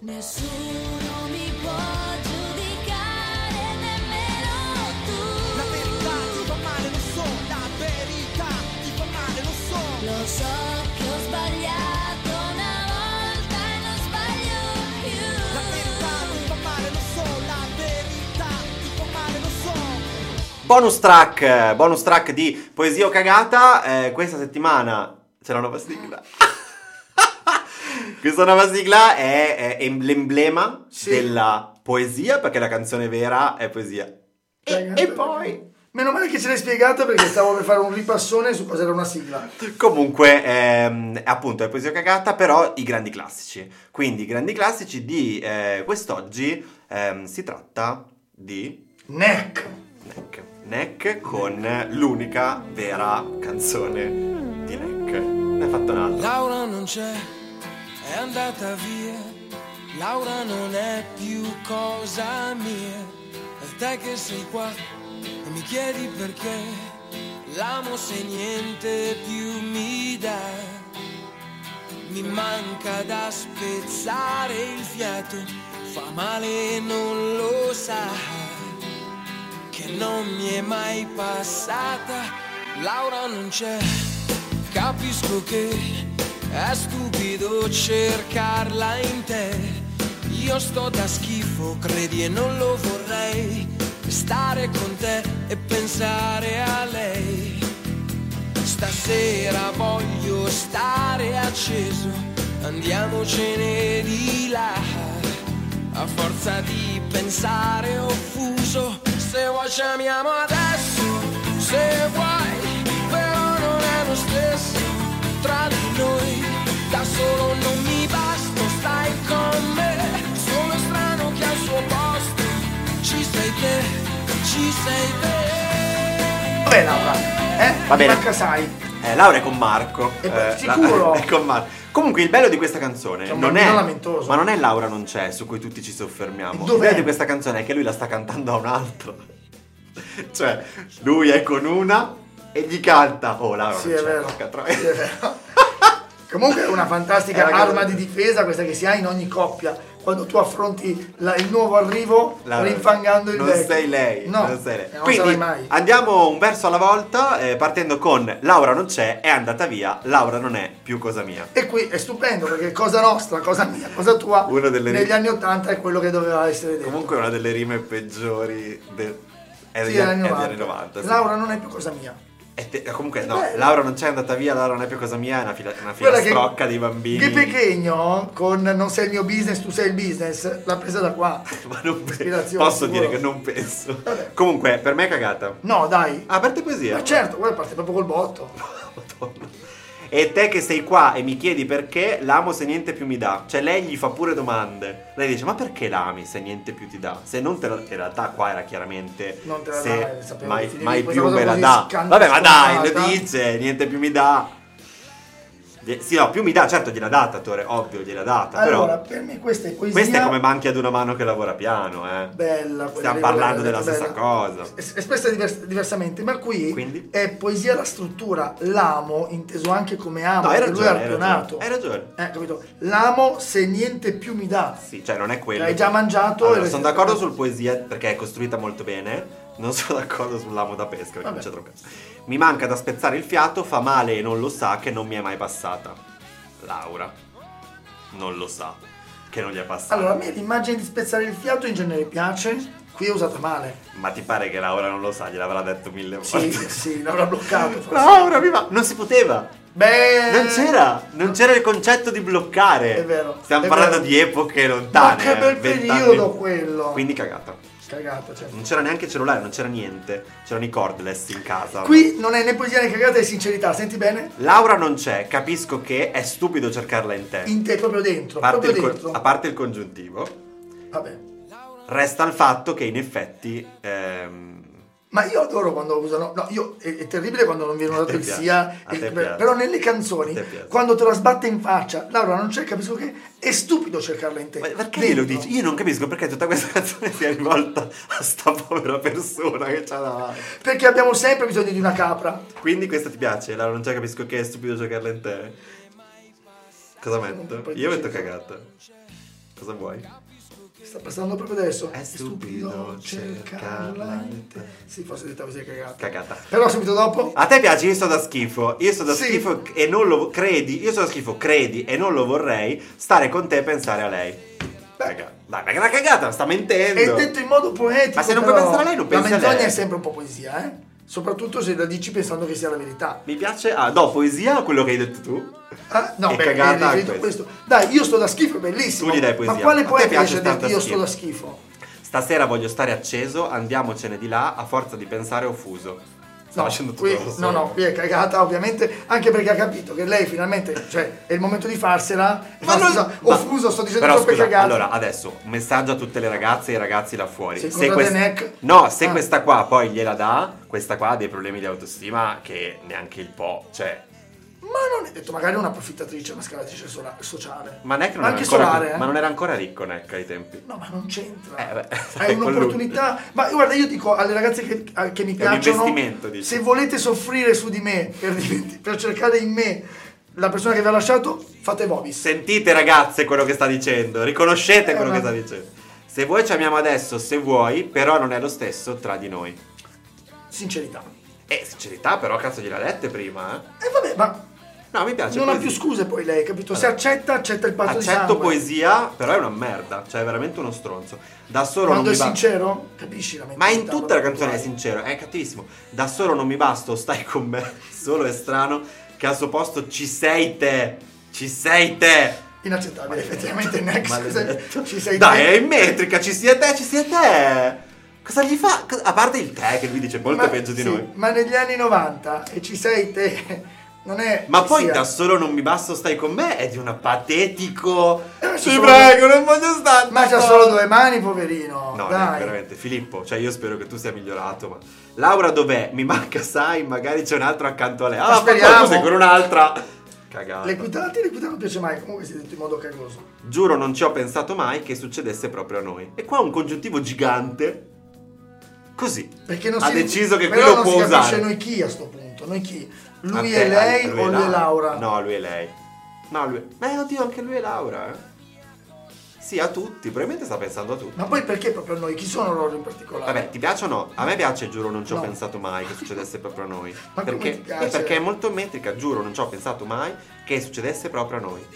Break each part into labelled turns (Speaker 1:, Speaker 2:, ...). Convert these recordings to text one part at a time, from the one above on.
Speaker 1: Nessuno mi può giudicare, nemmeno tu.
Speaker 2: La verità ti fa male, lo so, la verità ti fa male, lo so.
Speaker 1: Lo so che ho sbagliato una volta e non sbaglio più.
Speaker 2: La verità ti fa male, lo so, la verità ti fa male, lo so.
Speaker 3: Bonus track, eh, bonus track di Poesia o Cagata, eh, questa settimana c'è la nuova sigla. Questa nuova sigla è, è em- l'emblema
Speaker 4: Sì.
Speaker 3: della poesia, perché la canzone vera è poesia. E,
Speaker 4: Raga,
Speaker 3: e poi,
Speaker 4: Meno male che ce l'hai spiegata perché stavo per fare un ripassone su cosa era una sigla.
Speaker 3: comunque, ehm, appunto è Poesia o Cagata, però i grandi classici. Quindi i grandi classici di eh, quest'oggi ehm, si tratta di
Speaker 4: Neck.
Speaker 3: Neck. Neck con l'unica vera canzone di Neck. Ne ha fatto un'altra.
Speaker 5: Laura non c'è, è andata via. Laura non è più cosa mia. E te che sei qua e mi chiedi perché. L'amo se niente più mi dà. Mi manca da spezzare il fiato. Fa male e non lo sa che non mi è mai passata. Laura non c'è, capisco che è stupido cercarla in te. Io sto da schifo, credi e non lo vorrei. Stare con te e pensare a lei. Stasera voglio stare acceso, andiamocene di là. A forza di pensare offuso, se vuoi ci amiamo adesso, se vuoi, però non è lo stesso. Tra di noi, da solo non mi basto, stai con me, sono strano che al suo posto, ci sei te, ci sei te.
Speaker 4: Vabbè Laura, eh?
Speaker 3: Va bene.
Speaker 4: Manca sai.
Speaker 3: Eh, Laura è con Marco.
Speaker 4: Eh,
Speaker 3: Eh,
Speaker 4: sicuro?
Speaker 3: la- è con Marco. Comunque il bello di questa canzone
Speaker 4: Cioè, un
Speaker 3: non
Speaker 4: bambino
Speaker 3: è
Speaker 4: lamentoso.
Speaker 3: Ma non è Laura non c'è su cui tutti ci soffermiamo.
Speaker 4: Dov'è?
Speaker 3: Il bello di questa canzone è che lui la sta cantando a un altro. cioè, lui è con una e gli canta "Oh Laura
Speaker 4: Sì,
Speaker 3: non
Speaker 4: è
Speaker 3: c'è".
Speaker 4: vero.
Speaker 3: porca troia.
Speaker 4: Sì, è vero. Comunque è una fantastica
Speaker 3: È una cosa-
Speaker 4: arma di difesa questa che si ha in ogni coppia. Quando tu affronti la- il nuovo arrivo
Speaker 3: Laura,
Speaker 4: rinfangando il
Speaker 3: non
Speaker 4: vecchio.
Speaker 3: sei lei,
Speaker 4: No, eh,
Speaker 3: non sei lei.
Speaker 4: non
Speaker 3: Quindi
Speaker 4: sarai mai.
Speaker 3: andiamo un verso alla volta, eh, partendo con Laura non c'è, è andata via, Laura non è più cosa mia.
Speaker 4: E qui è stupendo perché cosa nostra, cosa mia, cosa tua
Speaker 3: Una delle-
Speaker 4: negli anni Ottanta è quello che doveva essere detto.
Speaker 3: Comunque è una delle rime peggiori del... è
Speaker 4: Sì,
Speaker 3: degli
Speaker 4: era
Speaker 3: anni,
Speaker 4: anni
Speaker 3: è degli anni
Speaker 4: 90.
Speaker 3: 90. sì.
Speaker 4: Laura non è più cosa mia.
Speaker 3: E te- eh, comunque no,
Speaker 4: Beh.
Speaker 3: Laura non c'è andata via, Laura non è più cosa mia, è una fila, una
Speaker 4: Guarda
Speaker 3: filastrocca dei bambini.
Speaker 4: Che pechegno con non sei il mio business, tu sei il business, l'ha presa da qua.
Speaker 3: Ma non pe-
Speaker 4: Ispirazione,
Speaker 3: posso
Speaker 4: sicuro.
Speaker 3: dire che non penso.
Speaker 4: Vabbè.
Speaker 3: Comunque, per me è cagata.
Speaker 4: No, dai.
Speaker 3: Ah, per te poesia.
Speaker 4: Ma certo, guarda, parte proprio col botto.
Speaker 3: Madonna. E te che sei qua e mi chiedi perché l'amo se niente più mi dà. Cioè, lei gli fa pure domande. Lei dice: Ma perché l'ami se niente più ti dà? Se non te la. In realtà, qua era chiaramente.
Speaker 4: Non te la
Speaker 3: se
Speaker 4: dà, eh, sapevo
Speaker 3: mai,
Speaker 4: che finivi
Speaker 3: mai
Speaker 4: questa
Speaker 3: più
Speaker 4: cosa
Speaker 3: me la
Speaker 4: così
Speaker 3: dà.
Speaker 4: scan-
Speaker 3: Vabbè, ma dai, lo
Speaker 4: scontata.
Speaker 3: dice: Niente più mi dà. Eh, Sì, no, più mi dà, certo, gliela dà, Tatore, ovvio, gliela dà.
Speaker 4: Allora,
Speaker 3: però.
Speaker 4: per me questa è poesia.
Speaker 3: Questa è come manchi ad una mano che lavora piano, eh.
Speaker 4: Bella quella
Speaker 3: Stiamo
Speaker 4: lì,
Speaker 3: parlando
Speaker 4: bella,
Speaker 3: della stessa cosa.
Speaker 4: Es- Espressa divers- diversamente, ma qui
Speaker 3: Quindi?
Speaker 4: è poesia la struttura. L'amo, inteso anche come amo,
Speaker 3: No, hai
Speaker 4: perché lui è
Speaker 3: ragione. Hai
Speaker 4: arpionato.
Speaker 3: ragione. Hai ragione.
Speaker 4: Eh, capito? L'amo se niente più mi dà.
Speaker 3: Sì, cioè non è quello.
Speaker 4: L'hai già mangiato
Speaker 3: Allora,
Speaker 4: e-
Speaker 3: sono d'accordo sul poesia perché è costruita molto bene. Non sono d'accordo sull'amo da pesca perché
Speaker 4: Vabbè.
Speaker 3: non c'è troppo cazzo. Mi manca da spezzare il fiato, fa male e non lo sa che non mi è mai passata. Laura. Non lo sa che non gli è passata.
Speaker 4: Allora, a me l'immagine di spezzare il fiato in genere piace, qui è usata male.
Speaker 3: Ma ti pare che Laura non lo sa? Gliel'avrà detto mille
Speaker 4: Sì,
Speaker 3: volte.
Speaker 4: sì, l'avrà bloccato. forse.
Speaker 3: Laura, viva! Non si poteva.
Speaker 4: Beh,
Speaker 3: Non c'era, non c'era il concetto di bloccare.
Speaker 4: È vero,
Speaker 3: Stiamo
Speaker 4: è
Speaker 3: parlando
Speaker 4: vero.
Speaker 3: di epoche lontane.
Speaker 4: Ma che bel
Speaker 3: eh, vent'anni-
Speaker 4: periodo quello.
Speaker 3: Quindi cagata.
Speaker 4: Cagata, certo.
Speaker 3: Non c'era neanche il cellulare, non c'era niente. C'erano i cordless in casa.
Speaker 4: Qui non è né poesia né cagata, è sincerità, senti bene?
Speaker 3: Laura non c'è, capisco che è stupido cercarla in te.
Speaker 4: In te, proprio dentro,
Speaker 3: a, parte
Speaker 4: proprio
Speaker 3: il con-
Speaker 4: dentro.
Speaker 3: a parte il congiuntivo,
Speaker 4: Vabbè.
Speaker 3: resta il fatto che in effetti. ehm,
Speaker 4: Ma io adoro quando usano. No, io è, è terribile quando non viene
Speaker 3: A
Speaker 4: dato
Speaker 3: te
Speaker 4: il
Speaker 3: piace,
Speaker 4: sia.
Speaker 3: a te
Speaker 4: il-
Speaker 3: piace.
Speaker 4: però nelle
Speaker 3: A
Speaker 4: canzoni,
Speaker 3: te piace.
Speaker 4: quando te la sbatte in faccia, Laura non c'è, capisco che è stupido cercarla in te.
Speaker 3: ma perché
Speaker 4: Dentro.
Speaker 3: glielo dici? Io non capisco perché tutta questa canzone sia rivolta a sta povera persona che c'ha davanti.
Speaker 4: Perché abbiamo sempre bisogno di una capra.
Speaker 3: Quindi questa ti piace? Laura non c'è, capisco che è stupido cercarla in te. Cosa metto? Io metto cagata. Cosa vuoi?
Speaker 4: Sta passando proprio adesso.
Speaker 3: È
Speaker 4: È
Speaker 3: stupido
Speaker 4: stupido
Speaker 3: cercarla
Speaker 4: cercarla
Speaker 3: in
Speaker 4: in te. Sì, forse detta così è cagata.
Speaker 3: Cagata.
Speaker 4: Però subito dopo.
Speaker 3: A te piace, io sto da schifo, io sto da
Speaker 4: Sì.
Speaker 3: schifo e non lo credi, io sto da schifo, credi e non lo vorrei, stare con te e pensare a lei. Raga, dai, ma è una cagata, sta
Speaker 4: È
Speaker 3: mentendo.
Speaker 4: detto in modo poetico.
Speaker 3: Ma se non
Speaker 4: però,
Speaker 3: puoi pensare a lei, non pensi a
Speaker 4: La menzogna
Speaker 3: lei.
Speaker 4: è sempre un po' poesia, eh? Soprattutto se la dici pensando che sia la verità.
Speaker 3: Mi piace, ah, do poesia a quello che hai detto tu.
Speaker 4: Ah, no,
Speaker 3: È
Speaker 4: beh,
Speaker 3: cagata
Speaker 4: mi hai riferito a
Speaker 3: questo.
Speaker 4: questo. Dai, io sto da schifo, è bellissimo.
Speaker 3: Tu gli dai poesia.
Speaker 4: Ma
Speaker 3: A
Speaker 4: quale
Speaker 3: te
Speaker 4: poeta
Speaker 3: piace
Speaker 4: riesce a
Speaker 3: star
Speaker 4: dirti
Speaker 3: da
Speaker 4: io sto da schifo?
Speaker 3: Stasera voglio stare acceso, andiamocene di là, a forza di pensare offuso. Sta
Speaker 4: No,
Speaker 3: facendo tutto
Speaker 4: qui,
Speaker 3: da solo.
Speaker 4: no, no, qui è cagata ovviamente, anche perché ha capito che lei finalmente, cioè, è il momento di farsela. Ma
Speaker 3: non-
Speaker 4: scusa,
Speaker 3: ma-
Speaker 4: Offuso, sto dicendo
Speaker 3: però,
Speaker 4: solo per
Speaker 3: scusa,
Speaker 4: cagata.
Speaker 3: Allora, adesso un messaggio a tutte le ragazze e i ragazzi là fuori.
Speaker 4: Se incontrate Neck-
Speaker 3: No, se
Speaker 4: Ah.
Speaker 3: questa qua poi gliela dà, questa qua ha dei problemi di autostima che neanche il po'. Cioè,
Speaker 4: Ma non è detto, magari è una approfittatrice, una scalatrice sola- sociale.
Speaker 3: ma Neck non,
Speaker 4: Ma
Speaker 3: era
Speaker 4: anche
Speaker 3: ancora,
Speaker 4: solare, eh.
Speaker 3: ma non era ancora ricco Neck ai tempi.
Speaker 4: No, ma non c'entra.
Speaker 3: Eh, beh,
Speaker 4: è
Speaker 3: sai, con
Speaker 4: un'opportunità. Ma guarda, io dico alle ragazze che, a- che mi
Speaker 3: È un
Speaker 4: piacciono:
Speaker 3: investimento, dici.
Speaker 4: se volete soffrire su di me per, diventi- per cercare in me la persona che vi ha lasciato, fate Vobis.
Speaker 3: Sentite ragazze quello che sta dicendo, riconoscete
Speaker 4: Eh,
Speaker 3: quello
Speaker 4: ma-
Speaker 3: che sta dicendo. Se vuoi ci amiamo adesso, se vuoi, però non è lo stesso tra di noi.
Speaker 4: Sincerità.
Speaker 3: Eh, sincerità, però cazzo gliela lette prima, eh?
Speaker 4: E vabbè, ma
Speaker 3: No, mi piace.
Speaker 4: non ha
Speaker 3: Ah, poesia.
Speaker 4: più scuse poi lei, capito? Se
Speaker 3: Allora.
Speaker 4: accetta, accetta il patto di
Speaker 3: Accetto
Speaker 4: sangue.
Speaker 3: poesia, però è una merda. Cioè, è veramente uno stronzo. Da solo
Speaker 4: Quando
Speaker 3: non
Speaker 4: è
Speaker 3: mi basta.
Speaker 4: sincero, capisci la mentalità.
Speaker 3: Ma in tutta la
Speaker 4: proprio
Speaker 3: canzone è
Speaker 4: tua.
Speaker 3: sincero, è cattivissimo. Da solo non mi basto, stai con me. Solo è strano che al suo posto ci sei te. Ci sei te.
Speaker 4: Inaccettabile, effettivamente. Next,
Speaker 3: Maledetto.
Speaker 4: scusa, ci sei
Speaker 3: Dai,
Speaker 4: te.
Speaker 3: è in metrica, ci sia te, ci sia te. Cosa gli fa? Co- A parte il te, che lui dice molto
Speaker 4: Ma-
Speaker 3: peggio di
Speaker 4: sì,
Speaker 3: noi.
Speaker 4: Ma negli anni 90 e ci sei te, non è.
Speaker 3: Ma
Speaker 4: che
Speaker 3: poi
Speaker 4: sia-
Speaker 3: da solo non mi basto, stai con me. È di una patetico.
Speaker 4: Eh, ci
Speaker 3: Ti
Speaker 4: sono-
Speaker 3: prego, non voglio stare.
Speaker 4: Ma c'ha
Speaker 3: no.
Speaker 4: solo due mani, poverino.
Speaker 3: No, Nick,
Speaker 4: dai.
Speaker 3: veramente, Filippo, cioè io spero che tu sia migliorato, ma... Laura dov'è? Mi manca, sai, magari c'è un altro accanto a lei. Ah, ma
Speaker 4: speriamo.
Speaker 3: tu sei con un'altra. Cagata.
Speaker 4: L'equità, a te l'equità non piace mai, comunque si è detto in modo cagoso.
Speaker 3: Giuro, non ci ho pensato mai che succedesse proprio a noi. E qua un congiuntivo gigante. Così.
Speaker 4: Perché non
Speaker 3: ha
Speaker 4: si,
Speaker 3: deciso che
Speaker 4: però
Speaker 3: qui lo
Speaker 4: non
Speaker 3: può
Speaker 4: si capisce
Speaker 3: usare.
Speaker 4: noi chi a sto punto, noi chi?
Speaker 3: A
Speaker 4: Lui
Speaker 3: te,
Speaker 4: e lei
Speaker 3: a- lui
Speaker 4: o lui e Laura?
Speaker 3: No, lui e lei. No, lui... Beh, oddio, anche lui e Laura, eh. Sì, a tutti. Probabilmente sta pensando a tutti.
Speaker 4: Ma poi perché proprio noi? Chi sono loro in particolare?
Speaker 3: Vabbè, ti piace o no? A me piace, giuro, non ci ho
Speaker 4: No.
Speaker 3: pensato mai che succedesse proprio a noi.
Speaker 4: Ma come
Speaker 3: perché,
Speaker 4: ti piace?
Speaker 3: eh, perché è molto metrica, giuro, non ci ho pensato mai che succedesse proprio a noi.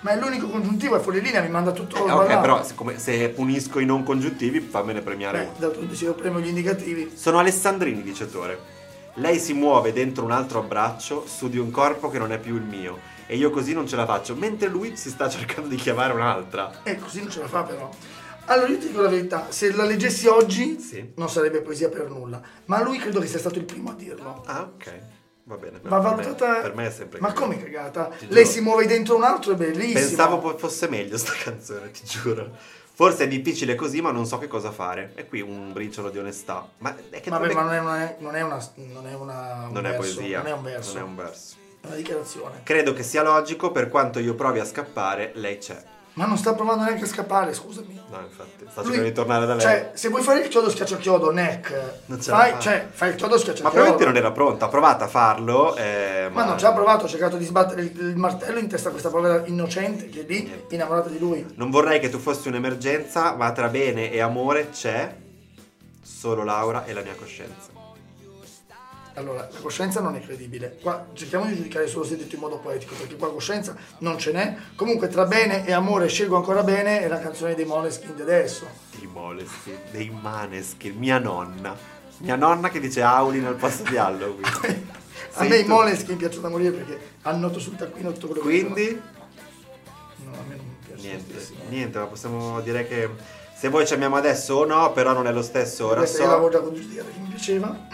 Speaker 4: Ma è l'unico congiuntivo, è fuori linea, mi manda tutto
Speaker 3: Eh,
Speaker 4: il
Speaker 3: ok, però siccome- se punisco i non congiuntivi, fammene premiare uno.
Speaker 4: Eh, Dato se io premo gli indicativi.
Speaker 3: Sono Alessandrini, dice Tore. Lei si muove dentro un altro abbraccio su di un corpo che non è più il mio. E io così non ce la faccio, mentre lui si sta cercando di chiamare un'altra.
Speaker 4: E eh, così non ce la fa però. Allora io ti dico la verità, se la leggessi oggi
Speaker 3: Sì.
Speaker 4: non sarebbe poesia per nulla, ma lui credo che sia stato il primo a dirlo.
Speaker 3: Ah, ok. Va bene.
Speaker 4: Va
Speaker 3: per me-
Speaker 4: valutata.
Speaker 3: Per me è sempre
Speaker 4: Ma
Speaker 3: così.
Speaker 4: come cagata?
Speaker 3: Ti
Speaker 4: Lei
Speaker 3: giuro.
Speaker 4: si muove dentro un altro, è bellissimo.
Speaker 3: Pensavo po- fosse meglio sta canzone, ti giuro. Forse è difficile così, ma non so che cosa fare. E qui un briciolo di onestà. Ma è che
Speaker 4: Vabbè,
Speaker 3: non, è,
Speaker 4: ma non è una. Non è, una, non è, una, un
Speaker 3: non è
Speaker 4: verso,
Speaker 3: poesia.
Speaker 4: Non è un verso.
Speaker 3: non è un verso.
Speaker 4: È una dichiarazione.
Speaker 3: Credo che sia logico, per quanto io provi a scappare, lei c'è.
Speaker 4: Ma non sta provando neanche a scappare, scusami.
Speaker 3: No, infatti, sta
Speaker 4: Lui-
Speaker 3: cercando di tornare da lei.
Speaker 4: Cioè, se vuoi fare il chiodo schiacciachiodo, neck.
Speaker 3: Non ce la fa.
Speaker 4: fai, cioè, fai il chiodo
Speaker 3: ma
Speaker 4: schiacciachiodo.
Speaker 3: probabilmente non era pronta, ha provato a farlo. eh,
Speaker 4: Ma non ci ha provato, ha cercato di sbattere il, il martello in testa a questa povera innocente che è lì,
Speaker 3: Niente.
Speaker 4: innamorata di lui.
Speaker 3: Non vorrei che tu fossi un'emergenza, ma tra bene e amore c'è solo Laura e la mia coscienza.
Speaker 4: Allora, la coscienza non è credibile. Qua cerchiamo di giudicare solo se detto in modo poetico, perché qua coscienza non ce n'è. Comunque, tra bene e amore scelgo ancora bene è la canzone dei Moleskin di adesso.
Speaker 3: dei molesti, dei maneschi, mia nonna. Mia nonna che dice Aulin al posto di Halloween.
Speaker 4: A
Speaker 3: Sei
Speaker 4: me i
Speaker 3: tu.
Speaker 4: Moleskin piacciono da morire perché annoto sul taccuino tutto quello che
Speaker 3: Quindi,
Speaker 4: No, a me non piace.
Speaker 3: niente,
Speaker 4: tantissimo.
Speaker 3: niente, ma possiamo dire che se voi ci amiamo adesso o no, però non è lo stesso, ora
Speaker 4: Questa io l'avevo
Speaker 3: so,
Speaker 4: già congiudicata che mi piaceva.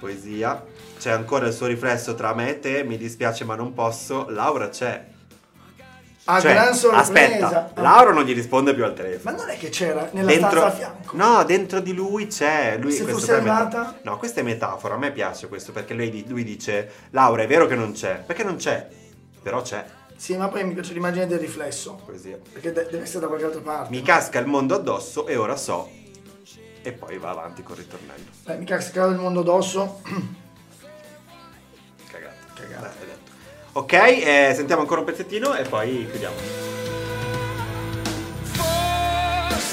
Speaker 3: poesia, c'è ancora il suo riflesso tra me e te, mi dispiace ma non posso, Laura c'è.
Speaker 4: A
Speaker 3: Cioè,
Speaker 4: gran sorpresa.
Speaker 3: aspetta, Laura non gli risponde più al telefono.
Speaker 4: Ma non è che c'era nella
Speaker 3: Dentro,
Speaker 4: stanza a fianco.
Speaker 3: no, dentro di lui c'è. Lui,
Speaker 4: Se
Speaker 3: questo
Speaker 4: fosse
Speaker 3: per me-
Speaker 4: arrivata?
Speaker 3: no, questa è metafora. A me piace questo perché lei di- lui dice: Laura, è vero che non c'è. Perché non c'è? Però c'è.
Speaker 4: Sì, ma poi mi piace l'immagine del riflesso.
Speaker 3: Poesia.
Speaker 4: Perché de- deve essere da qualche altra parte.
Speaker 3: Mi casca il mondo addosso e ora so. E poi va avanti col ritornello.
Speaker 4: Beh, mi cascava il mondo addosso.
Speaker 3: Cagate.
Speaker 4: Cagate.
Speaker 3: Dai, hai detto. Ok, eh, sentiamo ancora un pezzettino e poi chiudiamo.
Speaker 1: Fuori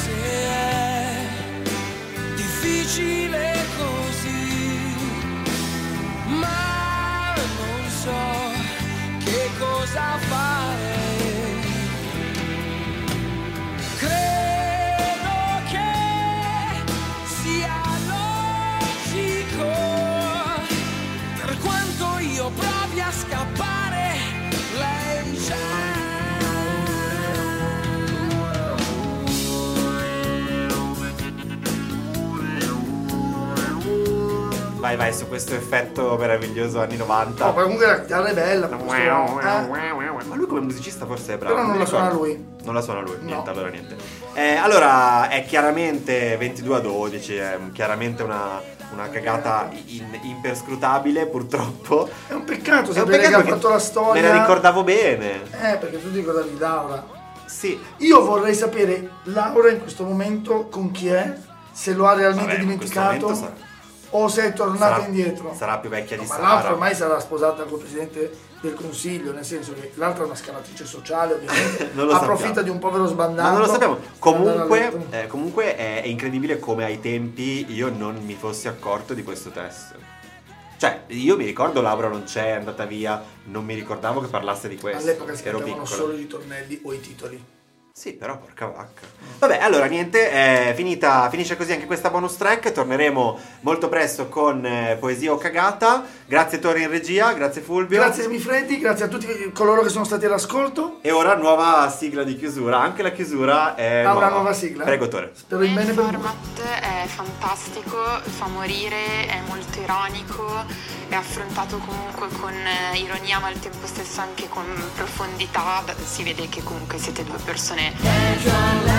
Speaker 3: Vai, vai, su questo effetto meraviglioso anni 90.
Speaker 4: Oh, poi comunque la chitarra è bella. questo- eh.
Speaker 3: Ma lui come musicista forse è bravo.
Speaker 4: Però non la suona
Speaker 3: ricordo.
Speaker 4: lui.
Speaker 3: Non la suona lui,
Speaker 4: No.
Speaker 3: niente, allora niente. Eh, allora è chiaramente 22 a 12, è chiaramente una, una cagata in- imperscrutabile purtroppo.
Speaker 4: È un peccato
Speaker 3: È un
Speaker 4: sapere che
Speaker 3: peccato
Speaker 4: ha
Speaker 3: perché
Speaker 4: fatto la storia.
Speaker 3: Me la ricordavo bene.
Speaker 4: Eh, perché tu ti ricordavi Laura.
Speaker 3: Sì.
Speaker 4: Io vorrei sapere Laura in questo momento con chi è, se lo ha realmente
Speaker 3: Vabbè, in questo
Speaker 4: dimenticato
Speaker 3: momento
Speaker 4: o se è tornata indietro.
Speaker 3: Sarà più vecchia di
Speaker 4: No, ma
Speaker 3: Sara.
Speaker 4: l'altra ormai sarà sposata col presidente del consiglio, nel senso che l'altra è una scavatrice sociale, ovviamente.
Speaker 3: Non lo
Speaker 4: approfitta
Speaker 3: sappiamo.
Speaker 4: di un povero
Speaker 3: Ma
Speaker 4: sbandato.
Speaker 3: non lo sappiamo.
Speaker 4: per andare a
Speaker 3: Comunque,
Speaker 4: letto.
Speaker 3: eh, comunque è, è incredibile come ai tempi io non mi fossi accorto di questo test. Cioè, io mi ricordo Laura non c'è, è andata via, non mi ricordavo che parlasse di questo.
Speaker 4: all'epoca si
Speaker 3: Ero
Speaker 4: cantavano
Speaker 3: piccolo.
Speaker 4: solo i tornelli o i titoli.
Speaker 3: Sì, però porca vacca. Vabbè, allora niente, è finita, finisce così anche questa bonus track. Torneremo molto presto con eh, Poesia o cagata. Grazie Tori in regia, grazie Fulvio.
Speaker 4: Grazie Smifreddi, grazie a tutti coloro che sono stati all'ascolto.
Speaker 3: E ora nuova sigla di chiusura. Anche la chiusura è
Speaker 4: Ha Ah, una nuova sigla.
Speaker 3: Prego Tore.
Speaker 4: Spero in bene
Speaker 6: Il
Speaker 4: per voi.
Speaker 6: format è fantastico, fa morire, è molto ironico, è affrontato comunque con eh, ironia ma al tempo stesso anche con profondità, si vede che comunque siete due persone
Speaker 1: Dentro al